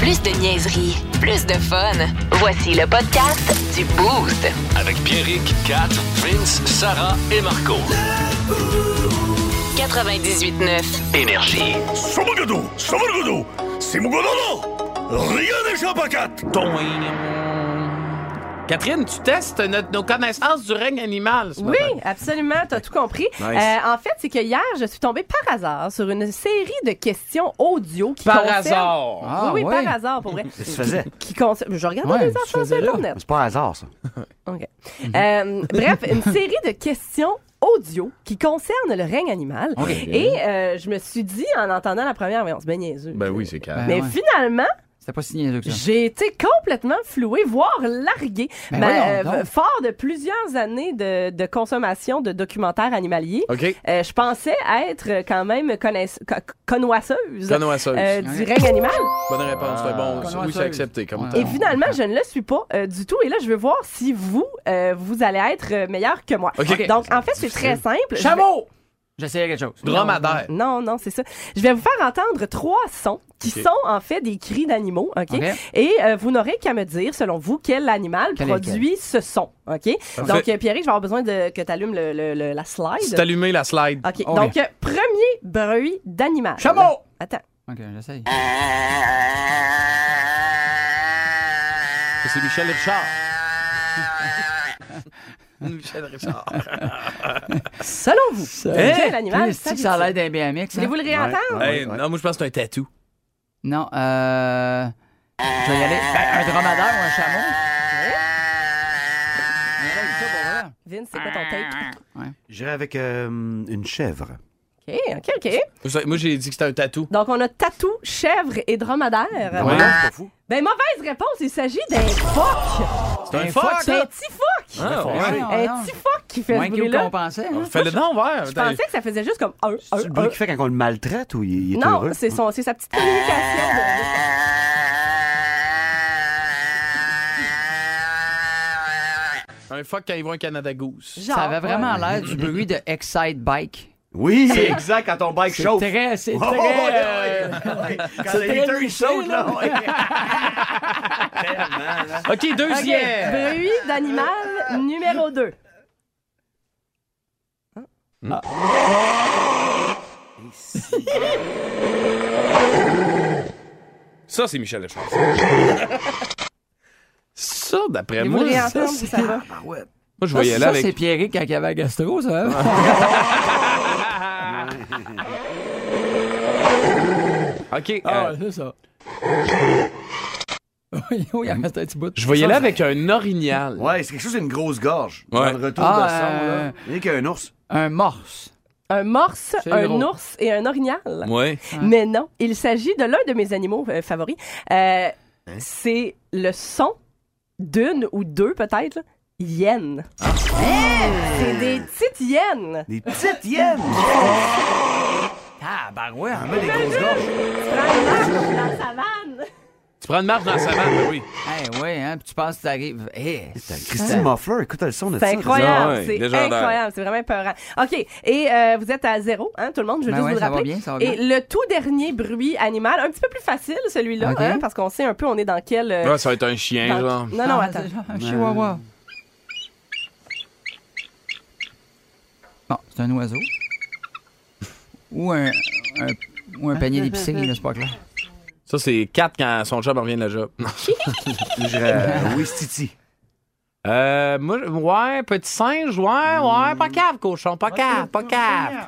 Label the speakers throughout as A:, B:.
A: Plus de niaiserie, plus de fun. Voici le podcast du Boost.
B: Avec Pierrick, Kat, Vince, Sarah et Marco.
A: 98.9.
B: Énergie.
C: Sauvagadou, Sauvagadou, c'est mon godono! Rien n'échappe à quatre!
D: Ton- Catherine, tu testes notre- nos connaissances du règne animal. ce
E: Oui,
D: matin.
E: absolument, t'as tout compris.
D: Nice.
E: Euh, en fait, c'est que hier, je suis tombée par hasard sur une série de questions audio qui
D: Par
E: concernent-
D: hasard.
F: Ah,
E: oui, oui,
F: ouais.
E: par hasard, pour vrai.
F: Ça se faisait.
E: Qui concerne... Je regardais
F: Ouais,
E: les
F: ça se
E: enfants sur
F: faisait là. Mhm.
E: Internet.
F: C'est pas un hasard, ça.
E: OK. Euh, bref, une série de questions audio qui concernent le règne animal.
F: OK.
E: Et euh, je me suis dit, en entendant la première, mais on se met niaiseux.
D: Ben oui, c'est Catherine.
F: Ben
E: mais
F: ouais.
E: finalement,
F: C'était pas signé que ça.
E: j'ai été complètement flouée, voire larguée.
F: Ben
E: Ma-
F: voyons donc.
E: fort de plusieurs années de, de consommation de documentaires animaliers,
D: OK.
E: euh, je pensais être quand même connaisse- co- connoisseuse
D: Connoisseuse.
E: euh, du règne animal.
D: Bonne réponse. c'est bon.
F: Connoisseuse.
D: Oui, c'est accepté. Comme
F: Ouais.
D: t'as-
E: Et finalement, je ne le suis pas euh, du tout. Et là, je veux voir si vous, euh, vous allez être euh, meilleur que moi.
D: OK.
E: Donc, en fait, c'est très simple. Je vais-
D: Chameau!
F: J'essayais quelque chose.
D: Dromadaire.
E: Non, non, c'est ça. Je vais vous faire entendre trois sons qui
D: OK.
E: sont en fait des cris d'animaux, OK?
F: OK.
E: Et euh, vous n'aurez qu'à me dire, selon vous, quel animal
F: Quel est
E: produit ce son, OK? Donc, euh, Pierre, je vais avoir besoin de, que tu allumes la
D: C'est
E: slide.
D: allumé la slide.
E: OK,
F: Oh,
E: donc, euh, premier bruit d'animal.
D: Chameau!
E: Attends.
F: OK, j'essaye.
D: C'est Michel Richard. Michel Richard.
E: Selon vous, quel animal
F: C'est que Eh, ça a l'air d'un BMX. hein?
E: Voulez-vous le réentendre?
D: Hey, Non, moi, je pense que c'est un tatou.
F: Non, euh. Je vais y aller. Ben, un dromadaire ou un chameau? On y allait avec ça, pour vrai.
E: Vince, c'est quoi ton take?
G: J'irai avec euh, une chèvre.
E: OK, OK, OK.
D: Moi, j'ai dit que c'était un tatou.
E: Donc, on a tatou, chèvre et dromadaire.
G: Ah Ouais, c'est pas fou.
E: Ben, mauvaise réponse, il s'agit d'un phoque.
D: C'est un
F: Un
D: fox,
F: fox,
E: C'est un
D: ça?
E: petit phoque.
D: Ah, ouais.
F: Ouais, non,
E: Un
F: non.
E: petit phoque qui fait
F: Moins
E: ce
F: cute qu'on
E: bruit-là.
F: pensait. hein?
D: Fais-le dans vert.
E: Je pensais que ça faisait juste comme un, un,
G: C'est le bruit
E: un.
G: qu'il fait quand on le maltraite ou il, il est
E: Non,
G: heureux?
E: c'est son, c'est sa petite communication.
F: Ah!
E: de-
D: Un fuck quand ils vont à Canada Goose.
E: genre,
F: Ça avait vraiment
E: ouais.
F: l'air du bruit de Excite Bike.
G: Oui, c'est exact quand ton bike
F: C'est
G: chauffe.
F: très. C'est
G: Oh, ouais, ouais,
F: très. euh,
G: ouais. Quand
F: c'est
G: le
F: très
G: heater, il saute, là. ouais.
D: OK,
E: Ok,
D: deuxième.
E: Bruit d'animal numéro 2.
D: Ça, c'est Michel Lechance. ça, d'après
E: Vous
D: moi,
E: voulez
D: ça,
E: entendre si ça va?
D: moi, je
F: Ça,
D: voyais là
F: ça, c'est
D: avec.
F: Pierrick quand il y avait un gastro, ça. hein?
D: OK.
F: Ah,
D: euh,
F: c'est ça. Oui, oui, il en reste un petit bout.
D: je voyais là avec un orignal.
G: Ouais, c'est quelque chose d'une grosse gorge.
D: Ouais.
G: Dans le retour
F: Ah,
G: de son,
F: euh,
G: là. Il n'y a qu'un ours.
F: Un morse.
E: Un morse,
F: C'est
E: un
F: drôle.
E: ours et un orignal.
D: Ouais.
E: Mais non, il s'agit de l'un de mes animaux euh, favoris. Euh,
G: Hein?
E: C'est le son d'une ou deux, peut-être, là, hyènes.
G: Ah.
E: Hey! C'est des petites hyènes.
G: Des petites hyènes.
F: Ah, ben ouais.
G: On Oh! met des grosses gorges.
E: Tu prends une marche dans la savane.
D: Tu prends une marche dans la savane, ben oui.
F: Eh ouais, hein, puis tu penses que t'arrives. Eh,
G: Putain, Christine Muffler, écoute le son de ça.
E: Hein? C'est incroyable,
D: Ah ouais,
E: c'est
D: légendaire.
E: incroyable, c'est vraiment peurant. OK, et euh, vous êtes à zéro, hein, tout le monde, je veux
F: Ben
E: juste
F: ouais,
E: vous le
F: ça va
E: rappeler.
F: bien, ça va
E: et
F: bien.
E: le tout dernier bruit animal, un petit peu plus facile celui-là,
F: OK.
E: hein, parce qu'on sait un peu on est dans quel... euh,
D: Ouais, ça va être un chien,
E: dans-
D: Ah, genre.
E: Non, non,
F: Ah,
E: attends.
F: c'est genre Un chihuahua. Bon, c'est un oiseau. Ou un, un- ou un panier d'épicerie, là, c'est pas clair.
D: Ça, c'est 4 quand son job revient de la job.
G: J'irais euh, oui, Titi.
D: euh, moi, ouais, petit singe, ouais, ouais, pas cave, cochon, pas cave, pas cave.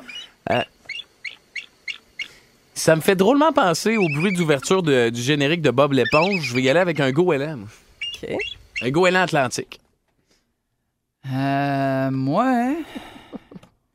D: Euh, ça me fait drôlement penser au bruit d'ouverture de- du générique de Bob l'éponge. Je vais y aller avec un goéland. moi.
E: OK.
D: Un goéland atlantique.
F: Euh, moi, hein?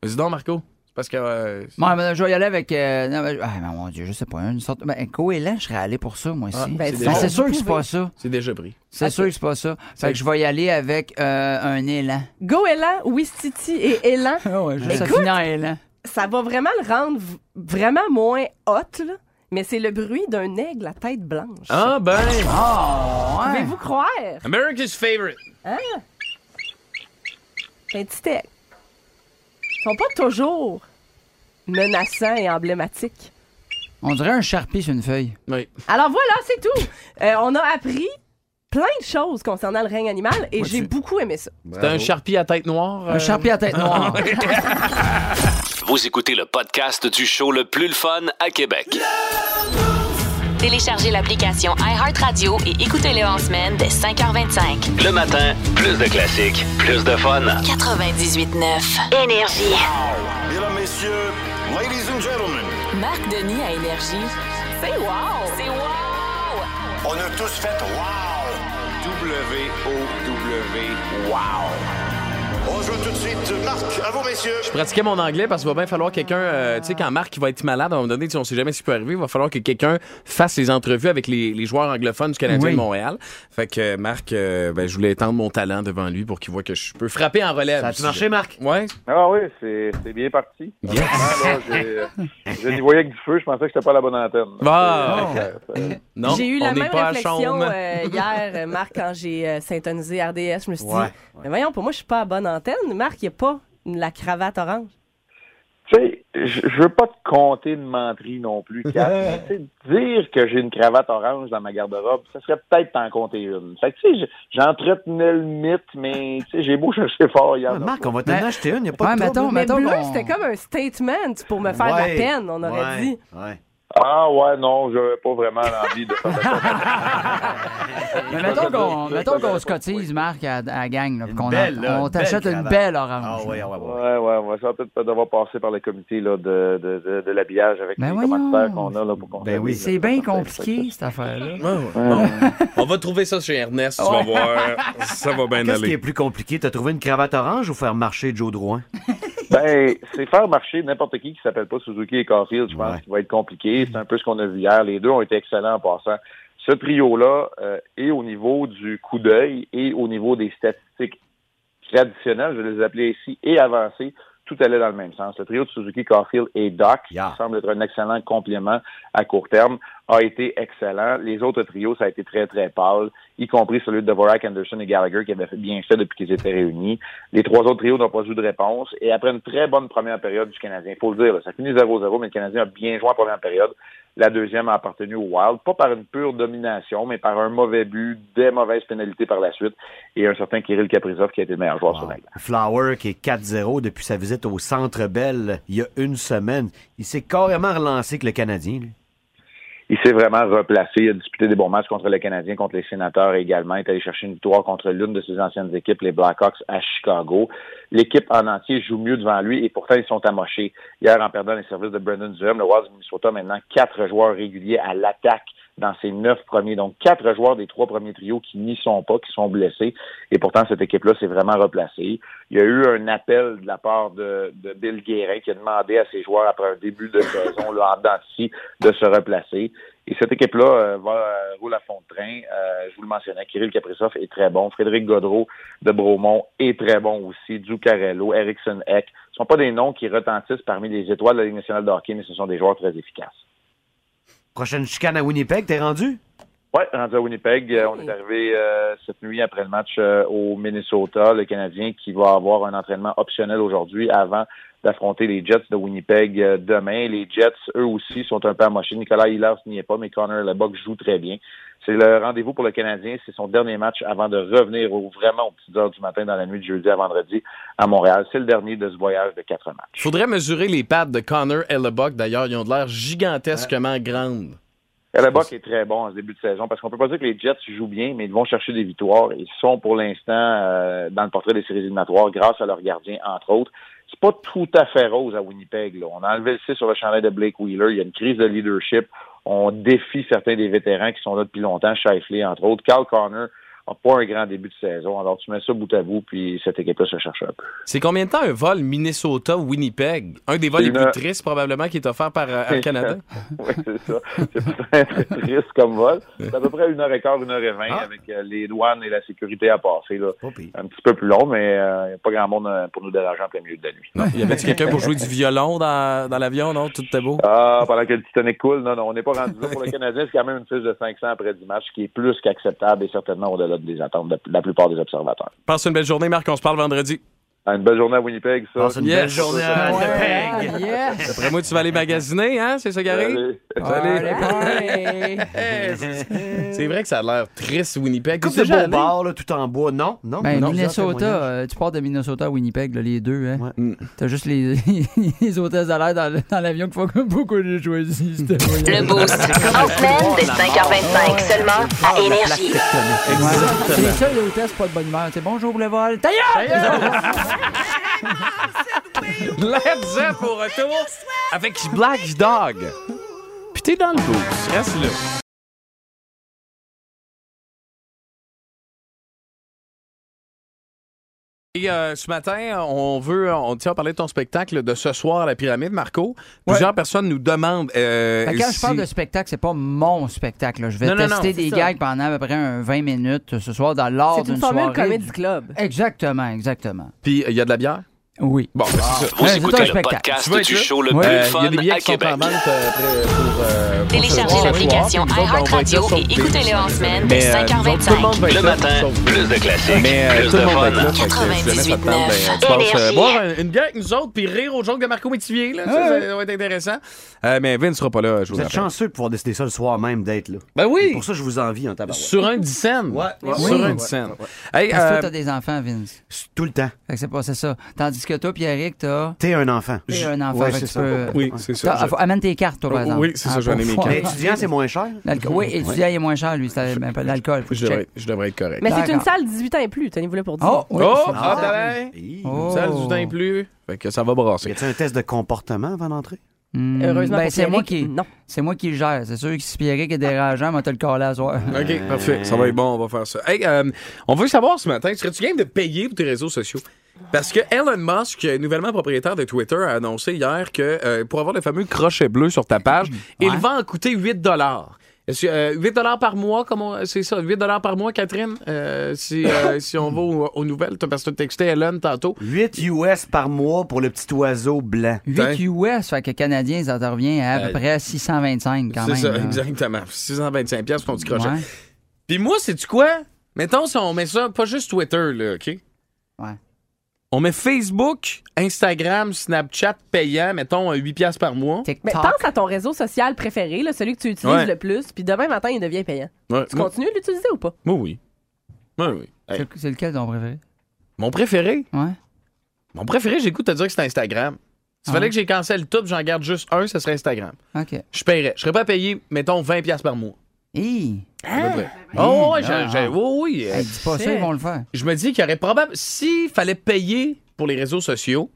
D: Vas-y donc, Marco. C'est parce que. euh,
F: Bon, ben, je vais y aller avec. euh, non, ben, ah, ben, mon Dieu, je sais pas. Une sorte. Ben, un goéland, je serais allé pour ça, moi aussi.
E: ben,
F: Ben,
E: c'est
F: c'est
E: déjà-
F: sûr que
E: vous
F: c'est
E: pouvez.
F: pas ça.
D: c'est déjà pris.
F: C'est sûr que c'est pas ça. Fait que je vais y aller avec euh, un élan.
E: Goéland, Wistiti et Élan,
F: Ah ouais, juste
E: ça
F: ça finit en élan.
E: ça va vraiment le rendre v- vraiment moins hot, là, mais c'est le bruit d'un aigle à tête blanche.
D: Ah, ben.
F: Oh, ouais.
E: Pouvez-vous croire?
D: America's favorite.
E: Un petit aigle. Ils sont pas toujours menaçants et emblématiques.
F: On dirait un charpie sur une feuille.
D: Oui.
E: Alors voilà, c'est tout. Euh, on a appris plein de choses concernant le règne animal et j'ai beaucoup aimé ça.
D: C'était un charpie à tête noire. euh,
F: Un charpie à tête noire.
B: Vous écoutez le podcast du show le plus le fun à Québec.
A: Téléchargez l'application iHeartRadio et écoutez-le en semaine dès 5h25.
B: Le matin, plus de classiques, plus de fun.
A: 98.9. Énergie.
C: Mesdames, messieurs, ladies and gentlemen,
A: Marc Denis à Énergie. C'est wow! C'est wow!
C: on a tous fait wow! W-O-W, wow! On joue tout de suite. Marc, à vous, messieurs.
D: Je pratiquais mon anglais parce qu'il va bien falloir quelqu'un, euh, tu sais, quand Marc il va être malade, à un moment donné, tu sais, on sait jamais ce qui peut arriver, il va falloir que quelqu'un fasse les entrevues avec les, les joueurs anglophones du Canadien
F: Oui.
D: de Montréal. Fait que euh, Marc, euh, ben, je voulais étendre mon talent devant lui pour qu'il voit que je peux frapper en relève.
G: Ça a marché, Marc? Ah.
D: Ouais.
H: Ah oui, c'est c'est bien parti.
D: Yes.
H: Honnêtement, là, j'ai- euh, Je n'y voyais que du feu, je pensais que j'étais pas à la bonne antenne.
G: Ah.
D: Bah,
H: Ouais,
D: non,
E: j'ai eu la
D: on n'est
E: même
D: pas à hein.
E: réflexion
D: Chaume.
E: euh, hier, euh, Marc, quand j'ai euh, syntonisé RDS. Je me suis
G: Ouais,
E: dit, mais voyons, pour moi, je suis pas à bonne antenne. Marc, il n'y a pas la cravate orange.
H: Tu sais, je je veux pas te compter de menterie non plus, Kat, mais tu sais, dire que j'ai une cravate orange dans ma garde-robe, ça serait peut-être t'en compter une. Fait que, tu sais, je- j'entretenais le mythe, mais tu sais, j'ai beau chercher fort hier.
G: Ah, Marc, on va t'en
F: Ouais.
G: acheter une, il n'y a pas
F: Ouais,
G: de trouble.
F: mettons,
E: Mais
F: mettons.
E: bleu,
F: qu'on-
E: c'était comme un statement pour me faire de la
G: Ouais,
E: peine, on aurait
G: ouais,
E: dit.
G: ouais.
H: Ah ouais, non, j'avais pas vraiment l'envie de faire
F: Ah
H: ça.
F: Mais mettons qu'on mettons qu'on se cotise, Marc, à, à la gang. Là, puis
G: Une
F: qu'on
G: belle,
F: en-
G: là,
F: on
G: une
F: t'achète
G: belle
F: une
G: cravate.
F: belle
G: Ah,
F: orange.
G: ouais, ouais, ouais.
H: Ouais, ouais, on va ça peut-être devoir passer par le comité là, de, de, de, de l'habillage avec
F: Ben
H: les
F: voyons.
H: commentaires qu'on a là pour qu'on
G: Ben oui.
F: C'est bien compliqué, cette affaire-là.
D: Ouais, ouais. Bon. On va trouver ça chez Ernest, tu vas voir. Ça va bien
G: Qu'est-ce qui est
D: aller.
G: plus compliqué? T'as trouvé une cravate orange ou faire marcher Joe Drouin?
H: Ben, c'est faire marcher n'importe qui qui s'appelle pas Suzuki et Caulfield, je pense
G: Ouais.
H: qu'il va être compliqué. C'est un peu ce qu'on a vu hier. Les deux ont été excellents en passant. Ce trio-là euh, est au niveau du coup d'œil et au niveau des statistiques traditionnelles, je vais les appeler ici, et avancées, tout allait dans le même sens. Le trio de Suzuki, Caulfield et Doc,
G: Yeah.
H: qui semble être un excellent complément à court terme, a été excellent. Les autres trios, ça a été très, très pâle, y compris celui de Dvorak, Anderson et Gallagher, qui avaient fait- bien fait depuis qu'ils étaient réunis. Les trois autres trios n'ont pas eu de réponse. Et après une très bonne première période du Canadien, il faut le dire, là, ça finit 0-0, mais le Canadien a bien joué en première période. La deuxième a appartenu au Wild, pas par une pure domination, mais par un mauvais but, des mauvaises pénalités par la suite, et un certain Kirill Kaprizov qui a été le meilleur joueur sur la glace.
G: Flower qui est 4-0 depuis sa visite au Centre Bell il y a une semaine. Il s'est carrément relancé que le Canadien. lui.
H: Il s'est vraiment replacé. Il a disputé des bons matchs contre le Canadien, contre les Sénateurs également. Il est allé chercher une victoire contre l'une de ses anciennes équipes, les Blackhawks, à Chicago. L'équipe en entier joue mieux devant lui et pourtant ils sont amochés. Hier, en perdant les services de Brendan Durham, le Wild du Minnesota a maintenant quatre joueurs réguliers à l'attaque dans ses neuf premiers. Donc, quatre joueurs des trois premiers trios qui n'y sont pas, qui sont blessés. Et pourtant, cette équipe-là s'est vraiment replacée. Il y a eu un appel de la part de, de Bill Guérin qui a demandé à ses joueurs, après un début de saison là, en dents de scie, de se replacer. Et cette équipe-là euh, va euh, roule à fond de train. Euh, je vous le mentionnais, Kirill Kaprizov est très bon. Frédéric Godreau de Bromont est très bon aussi. Ducarello, Erickson Eck. Ce sont pas des noms qui retentissent parmi les étoiles de la Ligue nationale de hockey, mais ce sont des joueurs très efficaces.
G: Prochaine chicane à Winnipeg, t'es rendu?
H: Oui, rendu à Winnipeg, euh, on est arrivé euh, cette nuit après le match euh, au Minnesota, le Canadien qui va avoir un entraînement optionnel aujourd'hui avant d'affronter les Jets de Winnipeg euh, demain. Les Jets, eux aussi, sont un peu amochés. Nicolas Hillard n'y est pas, mais Connor Lebock joue très bien. C'est le rendez-vous pour le Canadien. C'est son dernier match avant de revenir au- vraiment aux petites heures du matin dans la nuit de jeudi à vendredi à Montréal. C'est le dernier de ce voyage de quatre matchs.
D: Faudrait mesurer les pattes de Connor Hellebuck, d'ailleurs. Ils ont de l'air gigantesquement grandes.
H: Hellebuck est très bon en ce début de saison parce qu'on peut pas dire que les Jets jouent bien, mais ils vont chercher des victoires. Ils sont pour l'instant euh, dans le portrait des séries éliminatoires grâce à leur gardien, entre autres. C'est pas tout à fait rose à Winnipeg. là. On a enlevé le 6 sur le chandail de Blake Wheeler. Il y a une crise de leadership. On défie certains des vétérans qui sont là depuis longtemps, Shifley, entre autres. Carl Connor n'a pas un grand début de saison. Alors tu mets ça bout à bout, puis cette équipe-là se cherche un peu.
D: C'est combien de temps un vol Minnesota-Winnipeg? Un des vols les
H: Une
D: plus
H: heure.
D: tristes, probablement, qui est offert par euh, Air Canada.
H: oui, c'est ça. C'est très triste comme vol. C'est à peu près une heure et quart, une heure et vingt avec euh, les douanes et la sécurité à passer. Là.
G: Pas pire.
H: Un petit peu plus long, mais euh, y a pas grand monde euh, pour nous déranger en plein milieu de la nuit.
D: Il y avait quelqu'un pour jouer du violon dans, dans l'avion, non? Tout était beau.
H: Ah, pendant que le Titanic coule, non, non, on n'est pas rendu là. Pour le Canadien, c'est quand même une fiche de 500 après 10 matchs qui est plus qu'acceptable et certainement au-delà des attentes de la plupart des observateurs. Ah,
D: Passe une belle journée, Marc. On se parle vendredi.
H: Une belle journée à Winnipeg, ça.
G: Passe une
D: Yes.
G: belle journée à
F: Ouais, Ah,
G: Winnipeg.
F: yes!
D: Après moi, tu vas aller magasiner, hein? C'est ça, Gary?
H: Allez.
D: Allez.
F: Party, party.
D: C'est vrai que ça a l'air triste, Winnipeg.
G: Coupe
D: T'es
G: de
D: déjà
G: beaux
D: allé?
G: bars, là, tout en bois. Non, non.
F: Ben,
G: non,
F: Minnesota, euh, tu pars de Minnesota à Winnipeg, là, les deux. Hein.
G: Ouais.
F: T'as juste les, les hôtesses à l'air dans, le- dans l'avion qu'il faut que beaucoup j'ai choisi. c'était voyant.
A: Le Boost. En semaine, dès 5h25 seulement à Énergie.
F: Ouais. C'est les seules hôtesses pas de bonne humeur. C'est bonjour le vol. Ta gueule!
D: Led Zepp au retour avec Black Dog. Puis t'es dans le boost. Reste là. Et euh, ce matin, on veut, on tient à parler de ton spectacle de ce soir à la pyramide, Marco. Plusieurs personnes nous demandent. euh,
F: Fait que quand
D: si-
F: je parle de spectacle, c'est pas mon spectacle. là. Je vais
D: Non, non, non,
F: tester
D: c'est
F: des
E: ça.
F: gags pendant à peu près un 20 minutes ce soir dans l'art
E: C'est
F: d'une
E: une formule
F: soirée.
E: Comedy Club.
F: Exactement, exactement.
D: Puis il y a de la bière.
F: Oui.
D: Bon, ben, c'est ça.
B: Vous
F: Ouais, c'est un
B: écoutez le
F: spectacle.
D: Tu vas
B: podcast
D: être
B: du
D: là?
B: show le
F: Ouais. Euh,
B: plus
D: Il y a
B: Ah, fun
D: des billets
B: à
D: qui sont en
B: Québec.
D: vente euh, après, pour. euh, pour
A: Téléchargez
D: ce soir.
A: l'application
D: Nous autres, ben, on va être là,
A: iHeartRadio
D: sauf
A: et
D: des-
A: écoutez-le en semaine dès
D: Mais, euh, nous autres, tout le monde
A: 5h25.
D: va être là,
B: Le matin,
D: sauf-
B: plus de classiques,
D: Mais euh,
B: plus
D: tout
B: de
D: le monde va être là.
B: fun.
D: fait que si jamais ça te tente, ben, tu passes, euh,
A: 98.9
D: boire un- une bière avec nous autres puis rire aux jokes de Marco Métivier. Là, ça, ça va être intéressant. Euh, mais Vin ne sera pas là, je vous
G: Vous
D: le
G: êtes
D: rappelle.
G: chanceux de pouvoir décider ça le soir même d'être là.
D: Ben oui,
G: Pour ça, je vous envie en tabarouette.
D: sur un dixaine.
G: ouais,
D: Sur
F: ouais.
D: un dixaine. Hey,
F: Parce que
D: euh,
F: toi, t'as des enfants, Vince.
G: Tout le temps.
F: Fait que c'est pas c'est ça. Tandis que toi, Pierrick, t'as
G: T'es un enfant.
F: t'as un enfant.
G: Ouais,
F: fait que
G: c'est
F: tu
G: ça.
F: peux-
D: oui, c'est
F: T'as-
D: ça. je- Oh,
F: faut- Amène tes cartes, toi, par
D: Oui,
F: exemple.
D: c'est ça, je vais
F: Ah,
D: amener mes
F: pour-
G: Mais
D: cartes. Mhm.
G: étudiant, c'est moins cher.
F: L'alcool- Oui, étudiant, il est moins cher, lui. C'est ben, pas de l'alcool. Faut que
D: Je
F: je
D: devrais,
F: check.
D: je devrais être correct.
E: Mais c'est une
F: D'accord.
E: salle 18 ans et plus, tenez-vous là pour dire.
F: Oh, oui,
D: oh,
F: c'est
D: ah
F: ça.
D: ben,
G: Hey.
F: Oh.
D: ça du temps plus. Fait que ça va brasser.
G: Y a-t-il un test de comportement avant d'entrer?
F: Hmm,
E: Heureusement
F: ben,
E: pour
F: c'est moi
E: Pierrick,
F: qui
E: Non.
F: c'est moi qui le gère. C'est sûr que si Pierrick est dérageant, moi, t'as le calé à soir.
D: OK, parfait. Ça va être bon, on va faire ça. Hey, euh, on veut savoir ce matin, serais-tu game de payer pour tes réseaux sociaux? Parce que Elon Musk, euh, nouvellement propriétaire de Twitter, a annoncé hier que euh, pour avoir le fameux crochet bleu sur ta page, il va en coûter 8 Est-ce que, euh, 8 par mois, comme on- c'est ça, 8 par mois, Catherine, euh, si, euh, si on va aux, aux nouvelles, t'as- parce que tu texté Elon tantôt.
G: 8 US par mois pour le petit oiseau blanc.
F: 8 US, fait que Canadien, ça te revient à, à
D: Euh,
F: peu près 625 quand
D: C'est
F: même.
D: ça,
F: là.
D: exactement. 625 pièces pour ton petit crochet.
F: Ouais.
D: Puis moi, c'est tu quoi? Mettons, si on met ça, pas juste Twitter, là, OK?
F: Ouais.
D: On met Facebook, Instagram, Snapchat payant, mettons, à 8 piastres par mois.
E: Mais
F: TikTok.
E: pense à ton réseau social préféré, là, celui que tu utilises
D: Ouais.
E: le plus, puis demain matin, il devient payant.
D: Ouais,
E: Tu
D: moi,
E: continues de l'utiliser ou pas?
D: moi, oui. Moi, oui. Hey,
F: C'est- C'est lequel ton préféré?
D: Mon préféré,
F: Ouais.
D: mon préféré, j'écoute te dire que c'est Instagram. S'il
F: Ah.
D: fallait que j'ai cancel tout, j'en garde juste un, ce serait Instagram.
F: OK.
D: Je paierais. Je serais pas payé, mettons, 20 piastres par mois.
F: Hi!
D: à peu près. Oh, ouais, j'ai-
F: Ah.
D: j'ai- oui, oui. euh,
F: Hein? Hey, dis pas ça,
E: Shit.
F: ils vont le faire.
D: je me dis qu'il y aurait probablement. S'il fallait payer pour les réseaux sociaux,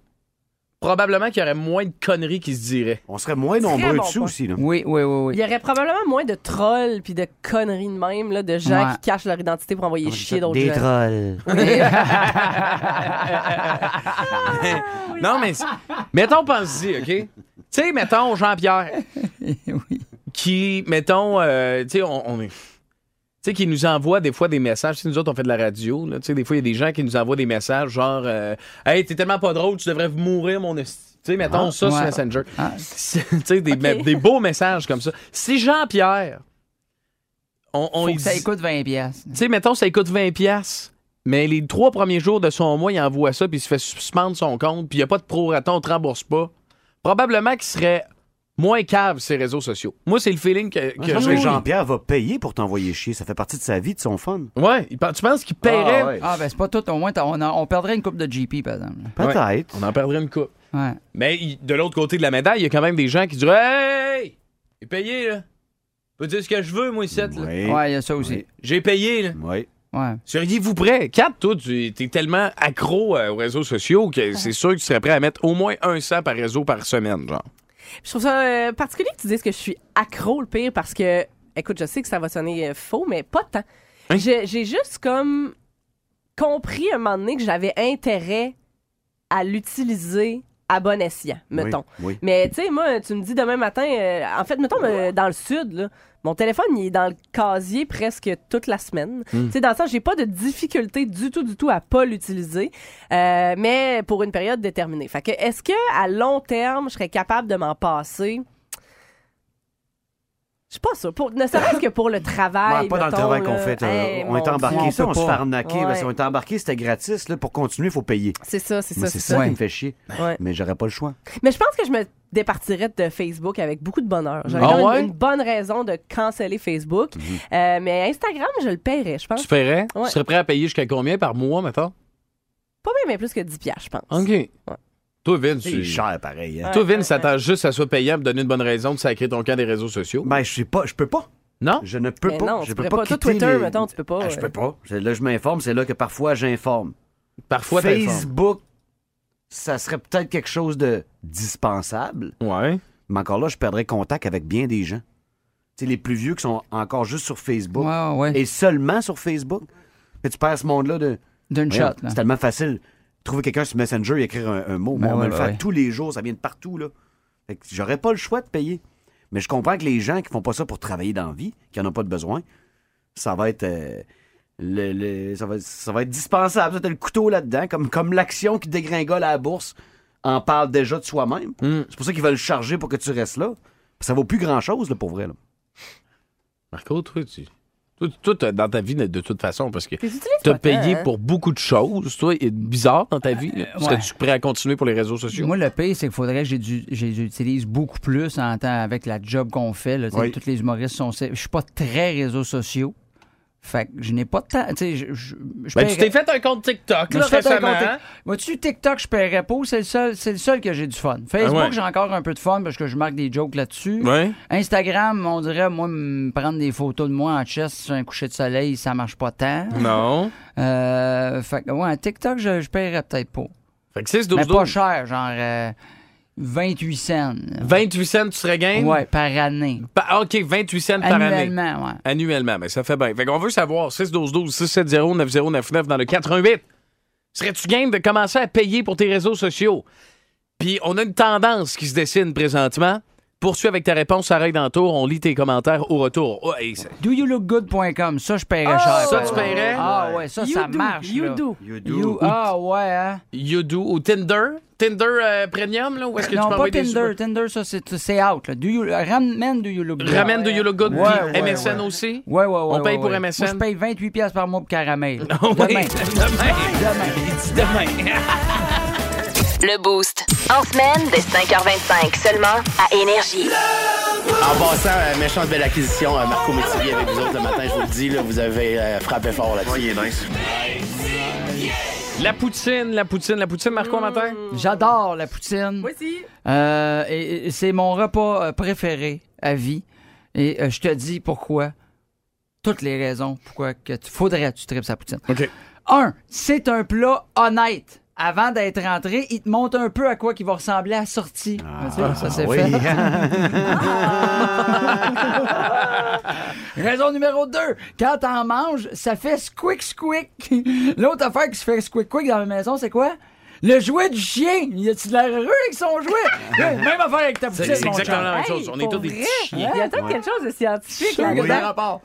D: probablement qu'il y aurait moins de conneries qui se diraient.
G: On serait moins
E: Très
G: nombreux
E: bon
G: dessus
E: point.
G: aussi. Là.
F: Oui, oui, oui,
E: Il
F: oui.
E: y aurait probablement moins de trolls puis de conneries de même, là, de gens
F: Ouais.
E: qui cachent leur identité pour envoyer chier d'autres
G: Des
E: gens. euh,
G: trolls.
D: Non, mais. c'est- mettons, pense-y, OK? Tu sais, mettons Jean-Pierre.
F: oui.
D: qui, mettons, euh, tu sais, on, on est. Tu sais, qui nous envoie des fois des messages. Tu sais, nous autres, on fait de la radio. là. Tu sais, des fois, il y a des gens qui nous envoient des messages genre euh, Hey, t'es tellement pas drôle, tu devrais mourir, mon esti. Tu sais, mettons ça sur
F: ouais.
D: Messenger.
F: Ah.
D: C'est- tu sais, des, me- des beaux messages comme ça. Si Jean-Pierre, on, on
F: Faut
D: lui
F: que ça
D: dit-
F: écoute 20 pièces.
D: tu sais, mettons, ça coûte 20 pièces. Mais les trois premiers jours de son mois, il envoie ça, puis il se fait suspendre son compte, puis il n'y a pas de pro-raton, on te rembourse pas. Probablement qu'il serait moins cave, ces réseaux sociaux. Moi, c'est le feeling que, que
G: Je pense
D: j'ai.
G: que Jean-Pierre va payer pour t'envoyer chier. Ça fait partie de sa vie, de son fun.
D: Ouais, il pen- tu penses qu'il paierait?
G: Ah, ouais.
F: Ah, ben c'est pas tout. Au moins, t'as- on, en- on perdrait une coupe de GP, par exemple.
G: Peut-être.
D: On en perdrait une coupe.
F: Ouais.
D: Mais il- de l'autre côté de la médaille, il y a quand même des gens qui diraient Hey! J'ai payé, là. Je peux dire ce que je veux, moi, ici, là.
G: Oui.
F: Ouais, il y a ça aussi.
D: J'ai payé, là.
G: Oui.
F: Ouais.
D: Seriez-vous prêt? Kat, toi, tu es tellement accro euh, aux réseaux sociaux que c'est sûr que tu serais prêt à mettre au moins un cent par réseau par semaine, genre.
E: Je trouve ça euh, particulier que tu dises que je suis accro le pire parce que, écoute, je sais que ça va sonner euh, faux, mais pas tant.
D: Hein?
E: J'ai j'ai juste comme compris un moment donné que j'avais intérêt à l'utiliser à bon escient, mettons.
G: Oui.
E: Mais tu sais, moi, tu me dis demain matin, euh, en fait, mettons, euh, dans le sud, là, mon téléphone, il est dans le casier presque toute la semaine.
G: Hmm.
E: Tu sais, dans le sens, j'ai pas de difficulté du tout, du tout à pas l'utiliser, euh, mais pour une période déterminée. Fait que, est-ce que à long terme, je serais capable de m'en passer? Je suis pas sûre. Pour, ne serait-ce que pour le travail.
G: Ouais, pas dans le
E: mettons,
G: travail
E: là.
G: qu'on fait. euh,
E: Hey,
G: on est
E: mon Dieu.
G: embarqué,
F: Dieu.
G: ça,
F: On
G: on
F: peut
G: se fait
F: pas.
G: arnaquer.
E: Ouais.
G: parce qu'on est embarqué, c'était gratis. Là, pour continuer, il faut payer.
E: C'est ça, c'est
G: Moi,
E: ça,
G: c'est
E: c'est
G: ça,
E: ça.
G: qui me fait chier.
E: Ouais.
G: Mais j'aurais pas le choix.
E: Mais je pense que je me départirais de Facebook avec beaucoup de bonheur. J'aurais
D: Ah
E: quand même
D: ouais? Mhm.
E: une, bonne raison de canceller Facebook. Euh, mais Instagram, je le paierais, je pense.
D: Tu paierais?
E: Hein? Ouais.
D: Tu serais prêt à payer jusqu'à combien par mois, mettons?
E: Pas même mais plus que 10 piastres, je pense.
D: OK. Toi, Vince,
G: C'est
D: tu...
G: cher, pareil. hein.
D: Toi, Vince, ça t'attend juste à soit payant pour donner une bonne raison de sacrer ton camp des réseaux sociaux.
G: Ben, je sais pas. Je peux pas.
D: Non?
G: Je ne peux
E: Mais
G: pas.
E: non,
G: je
E: tu
G: peux
E: pourrais
G: pas
E: pas. Toi,
G: quitter
E: Twitter,
G: les-
E: mettons, tu peux pas,
G: Ah, je
E: euh.
G: peux pas. C'est Là, je m'informe. C'est là que parfois, j'informe.
D: Parfois, t'as
G: Facebook, ça serait peut-être quelque chose de dispensable.
D: Ouais.
G: Mais encore là, je perdrais contact avec bien des gens. Tu sais, les plus vieux qui sont encore juste sur Facebook.
F: Ouais, ouais.
G: Et seulement sur Facebook. Mais tu perds ce monde-là de...
F: D'une
G: Voyons,
F: shot, là.
G: C'est tellement facile. Trouver quelqu'un sur Messenger et écrire un, un mot.
F: Ben
G: Moi, on
F: ouais,
G: me le
F: ben
G: fait
F: ouais.
G: tous les jours. Ça vient de partout, là. Fait que j'aurais pas le choix de payer. Mais je comprends que les gens qui font pas ça pour travailler dans la vie, qui en ont pas de besoin, ça va être... euh, le- le- ça, va, ça va être dispensable. Ça, T'as le couteau là-dedans, comme, comme l'action qui dégringole à la bourse en parle déjà de soi-même.
F: Mm.
G: C'est pour ça qu'ils veulent charger pour que tu restes là. Ça vaut plus grand-chose, là, pour vrai. Là.
D: Marco, toi, tu... Toi, toi, t'as- dans ta vie, de toute façon, parce que
E: T'es utilisé
D: t'as
E: pas tant,
D: payé
E: hein?
D: pour beaucoup de choses, toi, et bizarre dans ta vie. là.
F: ouais.
D: Serais-tu prêt à continuer pour les réseaux sociaux?
F: Moi, le pire, c'est qu'il faudrait que j'ai du- j'ai- j'utilise beaucoup plus en temps avec la job qu'on fait. là. Tu sais,
G: Oui.
F: Tous les humoristes sont. Je suis pas très réseaux sociaux. Fait que je n'ai pas de temps. Tu sais, je- je- je
D: Ben, tu t'es
F: paierais-
D: fait un compte TikTok,
F: Je me
D: là,
F: suis fait un
D: récemment.
F: compte- Moi-tu, TikTok, je paierais pas. C'est le seul, c'est le seul que j'ai du fun. Facebook,
D: Ah ouais.
F: j'ai encore un peu de fun parce que je marque des jokes là-dessus.
D: Ouais.
F: Instagram, on dirait, moi, me prendre des photos de moi en chest sur un coucher de soleil, ça marche pas tant.
D: Non.
F: Euh, fait que, ouais, TikTok, je, je paierais peut-être pas.
D: Fait que 6,
F: Mais
D: 12,
F: pas
D: 12.
F: cher, genre euh, 28 cents.
D: 28 cents, tu serais game?
F: Ouais, par année.
D: Pa- ah, OK, 28 cents par année.
F: Annuellement, ouais.
D: Annuellement, mais ça fait bien. Fait qu'on veut savoir, 612-12-670-9099 dans le 88. Serais-tu game de commencer à payer pour tes réseaux sociaux? Puis on a une tendance qui se dessine présentement. Poursuis avec ta réponse, Sarah dans tour. On lit tes commentaires au retour. Oh, hey, ça-
F: Doyoulookgood.com, ça, je paierais cher.
D: Ah! ça,
F: par
D: tu
F: contre.
D: paierais?
F: Ah ouais, ça,
E: You
F: ça
E: do,
F: marche.
E: You
F: là.
E: do.
F: You- ah ouais, hein?
D: Yudu ou Tinder? Tinder euh, Premium, là? Où est-ce que
F: non,
D: tu peux
F: pas
D: envoyer des-
F: Tinder. Tinder, ça, c'est c'est out. Là. Do you, ramène Do You Look Good.
D: Ramène de Yolo Good,
F: Ouais,
D: puis
F: ouais,
D: MSN
F: ouais.
D: aussi?
F: Ouais, ouais, ouais.
D: On paye
F: ouais,
D: pour
F: ouais.
D: MSN?
F: Moi, je paye 28 pièces par mois pour caramel.
D: Oh, oui.
F: Demain.
D: Demain. Demain.
A: Le Boost. En semaine, dès 5h25, seulement à Énergie.
I: En passant, euh, méchante belle acquisition, euh, Marco Métivier avec vous autres le matin, je vous le dis, là, vous avez euh, frappé fort là-dessus.
D: La poutine, la poutine, la poutine, Marco, matin?
F: Mm. J'adore la poutine.
E: Moi aussi.
F: Euh, et, et c'est mon repas euh, préféré à vie. Et euh, je te dis pourquoi. Toutes les raisons pourquoi que tu faudrait que tu tripes sa poutine.
D: OK.
F: Un, c'est un plat honnête. Avant d'être rentré, il te montre un peu à quoi qu'il va ressembler à la sortie.
D: Ah,
F: Tu sais, ça, c'est fait. Raison numéro 2, quand t'en manges, ça fait squick squick. L'autre affaire qui se fait squick quick dans la maison, c'est quoi? Le jouet du chien. Y a-tu de l'air heureux avec son jouet? Hey, Même affaire avec ta poutine,
D: C'est c'est
F: mon
D: exactement
F: chum.
D: la même
E: Hey,
D: chose. On est
E: pour
D: tous des
E: vrai?
D: petits chiens.
E: Il y a peut-être quelque chose de scientifique
F: Sûr que
E: là-dedans.
F: t'as rapport.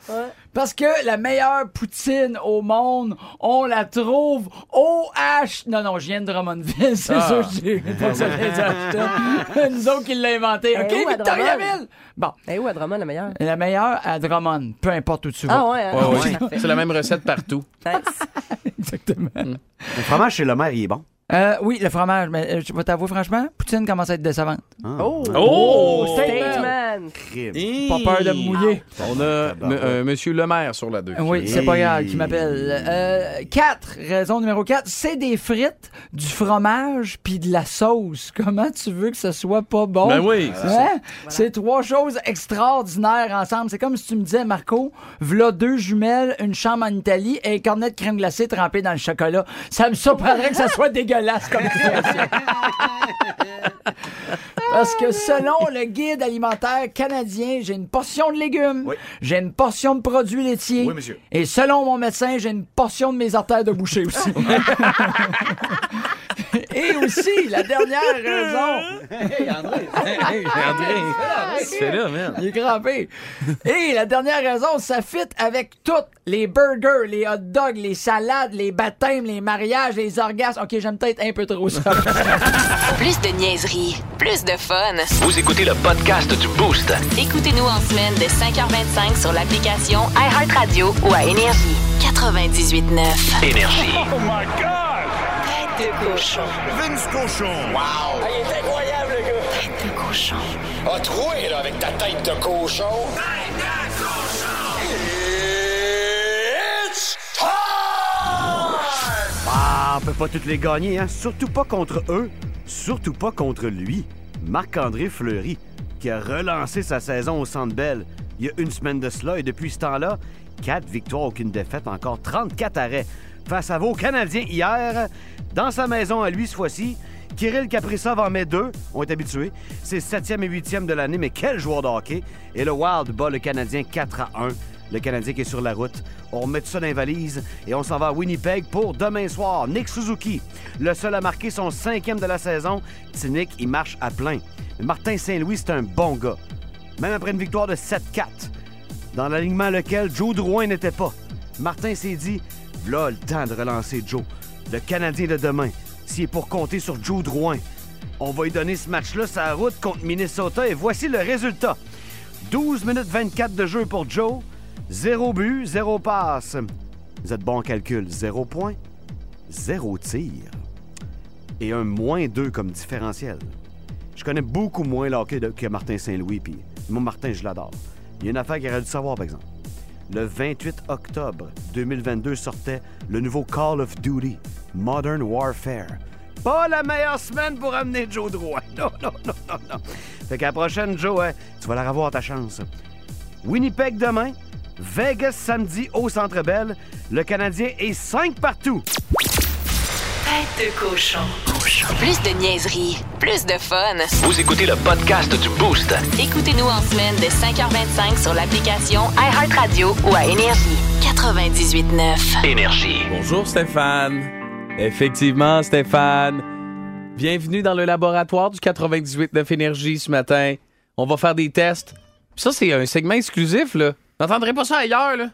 F: Parce que la meilleure poutine au monde, on la trouve au H. Non, non, je viens de Drummondville, c'est
D: Ah.
F: sûr que j'ai pas que ça vient d'Ashton. Nous autres qui l'a inventé.
E: Elle est où,
F: OK,
E: à
F: Victoriaville!
E: Drummond?
F: Bon,
E: Eh où, à Drummond, la meilleure?
F: la meilleure à Drummond, peu importe où tu vas.
E: Ah ouais, hein?
D: Ouais, ouais.
E: Parfait.
D: C'est la même recette partout.
E: Nice.
F: Exactement.
G: Le fromage chez le maire, il est bon.
F: Euh, oui, le fromage, mais euh, je vais t'avouer franchement, poutine commence à être décevante.
E: Oh!
D: Oh!
E: Statement!
F: Pas peur de me mouiller.
D: On a
G: Ah,
D: euh, Monsieur Le Maire sur la 2.
F: Oui, c'est pas grave qui m'appelle. Euh, quatre, raison numéro 4, c'est des frites, du fromage puis de la sauce. Comment tu veux que ce soit pas bon?
D: Ben oui, c'est
F: Hein? C'est trois choses extraordinaires ensemble. C'est comme si tu me disais, Marco, v'là deux jumelles, une chambre en Italie et un cornet de crème glacée trempé dans le chocolat. Ça me surprendrait que ça soit dégueulasse comme création. Parce que selon le guide alimentaire canadien, j'ai une portion de légumes, j'ai une portion de produits laitiers,
G: Oui, monsieur.
F: et selon mon médecin, j'ai une portion de mes artères de boucher aussi. Et aussi, la dernière raison.
D: Hey, André, c'est là, man.
F: Il est crampé. Et la dernière raison, ça fit avec toutes les burgers, les hot dogs, les salades, les baptêmes, les mariages, les orgasmes. OK, j'aime peut-être un peu trop ça.
A: Plus de niaiserie, plus de fun.
B: Vous écoutez le podcast du Boost.
A: Écoutez-nous en semaine de 5h25 sur l'application iHeartRadio ou à Énergie. 98.9.
B: Énergie.
A: Tête de cochon.
C: Vince Cochon.
J: Il est incroyable, le gars!
A: Tête de cochon.
J: A troué, là, avec ta tête de cochon! Tête de cochon! It's time!
G: Ah, on peut pas toutes les gagner, hein? Surtout pas contre eux, surtout pas contre lui. Marc-André Fleury, qui a relancé sa saison au Centre Bell il y a une semaine de cela, et depuis ce temps-là, quatre victoires, aucune défaite, encore 34 arrêts face à vos Canadiens hier, dans sa maison à lui, ce fois-ci. Kirill Kaprizov en met deux, on est habitué. C'est septième et huitième de l'année, mais quel joueur de hockey! Et le Wild bat le Canadien 4 à 1. Le Canadien qui est sur la route. On remet tout ça dans les valises et on s'en va à Winnipeg pour demain soir. Nick Suzuki, le seul à marquer son cinquième de la saison. Petit Nick, il marche à plein. Mais Martin Saint-Louis, c'est un bon gars. Même après une victoire de 7-4, dans l'alignement lequel Joe Drouin n'était pas, Martin s'est dit V'là le temps de relancer Joe, le Canadien de demain, s'il est pour compter sur Joe Drouin. On va lui donner ce match-là sa route contre Minnesota et voici le résultat. 12 minutes 24 de jeu pour Joe. 0 but, 0 passe. Vous êtes bon en calcul. 0 point, 0 tir. Et un moins 2 comme différentiel. Je connais beaucoup moins le hockey de- que Martin Saint-Louis. Puis moi, Martin, je l'adore. Il y a une affaire qu'il aurait dû savoir, par exemple. Le 28 octobre 2022 sortait le nouveau Call of Duty Modern Warfare. Pas la meilleure semaine pour amener Joe droit. Non, non, non, non, non. Fait qu'à la prochaine, Joe, hein, tu vas la revoir ta chance. Winnipeg demain, Vegas samedi au Centre Bell. Le Canadien est 5 partout.
A: Tête de cochon. Plus de niaiserie, plus de fun.
B: Vous écoutez le podcast du Boost.
A: Écoutez-nous en semaine de 5h25 sur l'application iHeartRadio ou à Énergie. 98.9.
B: Énergie.
D: Bonjour, Stéphane. Effectivement, Stéphane. Bienvenue dans le laboratoire du 98.9 Énergie ce matin. On va faire des tests. Ça, c'est un segment exclusif, là. N'entendrez pas ça ailleurs, là.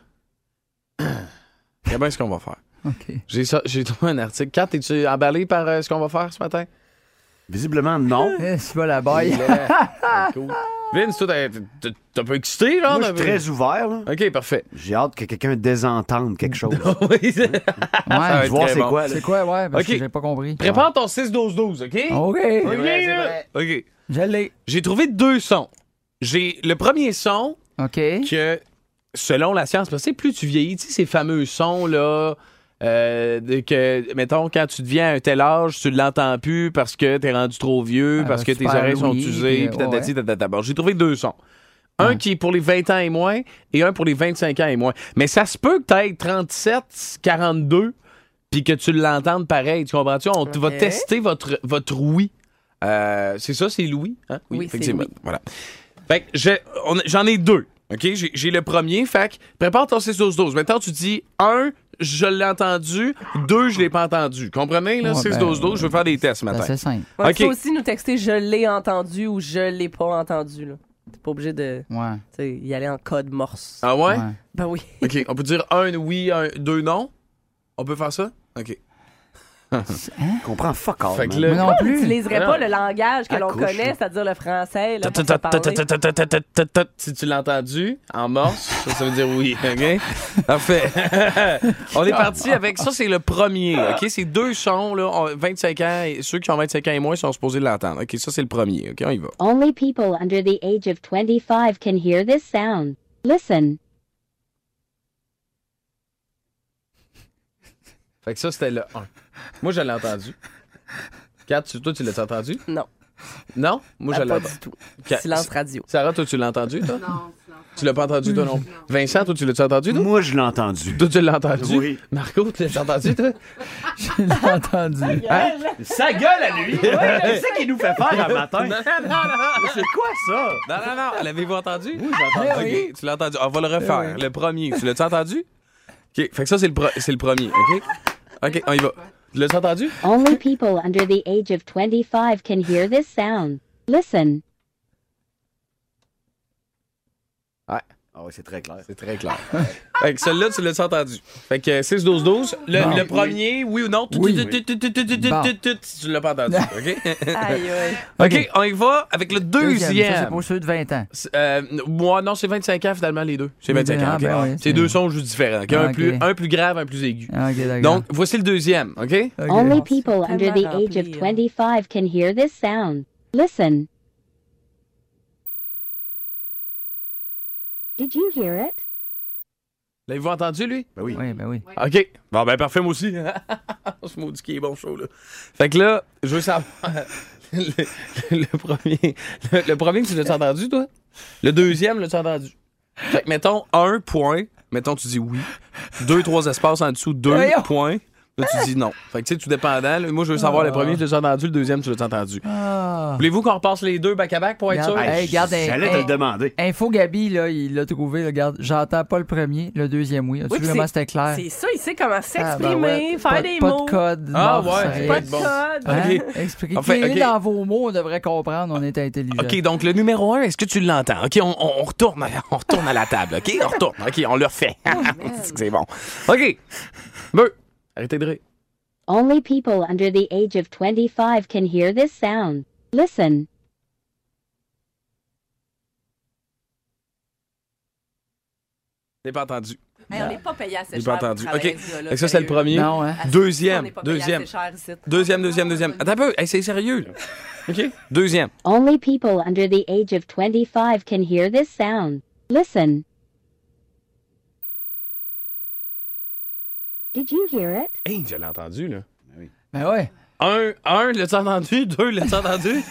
D: C'est bien ce qu'on va faire.
F: OK.
D: J'ai ça- j'ai trouvé un article. Quand es-tu emballé par euh, ce qu'on va faire ce matin?
G: Visiblement, non.
F: Eh, c'est pas la baille.
D: Cool. Vince, toi, t'es- t'es t'es un peu excité, genre?
G: Moi, je suis
D: t'as-
G: très ouvert. là.
D: OK, parfait.
G: J'ai hâte que quelqu'un désentende quelque chose.
D: Oui, c'est-
F: Ah Ouais.
D: être
G: Voir
D: très
G: c'est
D: bon.
G: quoi. là.
F: C'est quoi, ouais? Parce
D: OK.
F: que j'ai pas compris.
D: Prépare ton Oh, 6-12-12, OK?
F: OK.
D: OK, là? OK.
F: Je l'ai.
D: J'ai trouvé deux sons. J'ai le premier son
F: OK.
D: que, selon la science, parce que plus tu vieillis, tu sais, ces fameux sons, là, euh, de que, mettons, quand tu deviens à un tel âge, tu l'entends plus parce que t'es rendu trop vieux,
F: Ah,
D: parce que tes
F: super
D: oreilles sont
F: Louis,
D: usées,
F: puis,
D: puis tatati,
F: ouais. Hein.
D: tatata. Bon, J'ai trouvé deux sons. Un qui est pour les 20 ans et moins et un pour les 25 ans et moins. Mais ça se peut que t'aies 37, 42 puis que tu l'entendes pareil. Tu comprends-tu? On t- va
E: Ok.
D: tester votre, votre oui. Euh, c'est ça, c'est Louis? Hein?
E: Oui, c'est
D: Voilà. Fait que j'ai- on a- j'en ai deux. OK? J'ai j'ai le premier. Fait que prépare ton 6 12 12 Maintenant, tu dis un, je l'ai entendu. Deux, je l'ai pas entendu. Comprenez? Là,
F: Ouais,
D: 6 12 12 je veux faire des tests ce
F: Ben,
D: matin.
F: c'est simple.
E: Ouais,
D: OK.
E: Tu peux aussi nous texter je l'ai entendu ou je l'ai pas entendu. là. T'es pas obligé de
F: Ouais.
E: tu sais, y aller en code morse.
D: Ah ouais?
F: ouais.
E: Ben oui.
D: OK. On peut dire un oui, un, deux non? On peut faire ça? OK.
G: Je comprends fuck all.
D: Fait que
G: man.
D: là-
F: Moi non
E: On
F: plus.
E: n'utiliserait pas le langage que l'on
G: Accouche,
E: connaît,
G: là.
E: c'est-à-dire le français. là, pour se parler.
D: Si tu l'as entendu en morse, ça, ça veut dire oui. OK? Parfait. On est parti avec ça, c'est le premier. OK? C'est deux sons, là, on- 25 ans, et ceux qui ont 25 ans et moins sont supposés l'entendre. OK? Ça, c'est le premier. OK? On y va.
K: Only people under the age of 25 can hear this sound. Listen.
D: Fait que ça, c'était le 1. Moi, je l'ai entendu. 4, toi, tu l'as entendu?
E: Non.
D: Non? Moi, je
E: Ah,
D: l'ai
E: pas
D: entendu.
E: du tout.
D: Quatre.
E: Silence radio.
D: Sarah, toi, tu l'as entendu, toi? Non. Tu l'as pas entendu, toi, non? Vincent, toi, tu l'as entendu, toi?
G: Moi, je l'ai entendu.
D: Toi, tu l'as entendu?
G: Oui.
D: Marco, tu l'as entendu, toi?
F: Je l'ai entendu.
G: Sa gueule à lui! C'est ça qu'il nous fait faire un matin. C'est quoi ça?
D: Non, non, non. L'avez-vous entendu? Oui, j'ai entendu.
F: oui.
D: OK, tu l'as entendu. On va le refaire. Le premier. Tu l'as-tu entendu? OK. Fait que ça, c'est le, pro- c'est le premier. OK? OK, on y va. Tu l'as entendu?
K: Only people under the age of 25 can hear this sound. Listen.
G: Ouais. Ah ouais, c'est très clair.
D: C'est très clair. fait que celle-là, tu l'as entendu. Fait que 6-12-12, le,
G: Bon.
D: le premier, oui ou non, tout,
G: Oui.
D: tout, tout, tout, tout, tout, tout,
G: Bon.
D: tout, tout, tu l'as pas entendu. OK?
E: Aïe, aïe.
D: OK, on y va avec le
F: Deuxième, ça, c'est
D: deuxième.
F: pour ceux de 20 ans.
D: C'est- euh, moi, non, c'est 25 ans finalement, les deux. C'est
F: Les
D: 25
F: deux,
D: ans.
F: ah,
D: ok.
F: ben oui,
D: c'est
F: c'est-
D: deux sons juste différents. ok?
F: Ah,
D: Un,
F: ok.
D: plus, un plus grave, un plus aigu.
F: Ah, OK, d'accord.
D: Donc, voici le deuxième, OK?
F: OK.
K: Only people under the
E: tellement
K: age of
E: rempli, hein.
K: 25 can hear this sound. Listen.
E: hein.
K: Did you hear it?
D: L'avez-vous entendu, lui?
G: Ben oui.
F: Oui, ben oui.
D: OK. Bon, ben parfait, moi aussi. Ce maudit qui est bon chaud, là. Fait que là, je veux savoir... le, le- le premier... Le, le premier, tu l'as entendu, toi? Le deuxième, l'as-tu entendu? Fait que, mettons, un point. Mettons, tu dis oui. Deux, trois espaces en dessous, deux
F: Voyons.
D: points. Là, tu dis non. Fait que, tu sais, tout dépendant. là. moi, je veux savoir le premier, je l'ai entendu. Le deuxième, tu l'as entendu.
F: Ah.
D: Voulez-vous qu'on repasse les deux back-à-back pour être sûr?
F: Regarde. ben,
G: Hey,
F: Hey, regarde,
G: J'allais te
F: hey.
G: le demander.
F: Info Gabi, là, il l'a trouvé. Regarde, j'entends pas le premier, le deuxième, oui. As-tu
E: Oui,
F: vu
E: puis
F: comment
E: c'est-
F: c'était clair?
E: C'est ça, il sait comment
F: Ah, ben
E: s'exprimer,
F: ouais.
E: faire
F: Pas-
E: des
F: pas
E: mots.
F: de code.
D: Ah,
F: mort,
D: ouais,
F: ça
D: c'est
F: reste.
E: Pas de
D: Bon.
E: code.
D: Ah.
F: Hein?
D: Ok.
F: Expliquez.
D: Enfin, ok.
F: dans vos mots, on devrait comprendre, on est intelligent.
D: OK, donc le numéro 1, est-ce que tu l'entends? OK, on, on- on retourne, à, on retourne à la table, OK? On retourne, OK, on le refait.
E: Oh,
D: c'est bon. OK. Beu, arrêtez de rire.
K: Only people under the age of 25 can hear this sound. Listen.
D: J'ai pas entendu.
E: Hey, on n'est pas payé assez
D: J'ai
E: cher.
D: pas
E: pour
D: entendu.
E: travailler
D: OK,
E: ce gars-là,
D: Fait que ça, c'est le
E: sérieux.
D: premier.
F: Non, hein?
E: Ah, on
D: Deuxième,
E: n'est pas payé
D: deuxième,
E: assez cher ici.
D: deuxième, deuxième, deuxième. Attends un peu, hey, c'est sérieux. là. OK, Ah, deuxième.
K: Only people under the age of 25 can hear this sound. Listen. Did you hear it?
D: Hey, je l'ai entendu, là.
F: Ben ouais.
D: Un, un, l'as-tu entendu? Deux, l'as-tu entendu?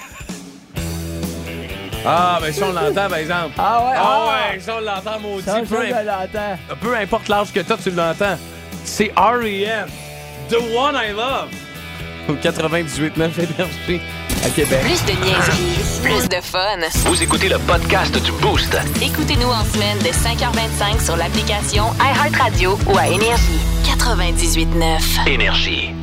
D: Ah, ben si on l'entend, par exemple.
F: Ah ouais,
D: Ah
F: ah.
D: ouais, si on l'entend, maudit.
F: Ça,
D: peu
F: je
D: importe.
F: le l'entends.
D: Peu importe l'âge que t'as, tu l'entends. C'est R.E.M. The One I Love. Au 98.9 Énergie à Québec.
A: Plus de niaiserie, plus de fun.
B: Vous écoutez le podcast du Boost.
A: Écoutez-nous en semaine de 5h25 sur l'application iHeartRadio ou à Énergie. 98.9.
B: Énergie.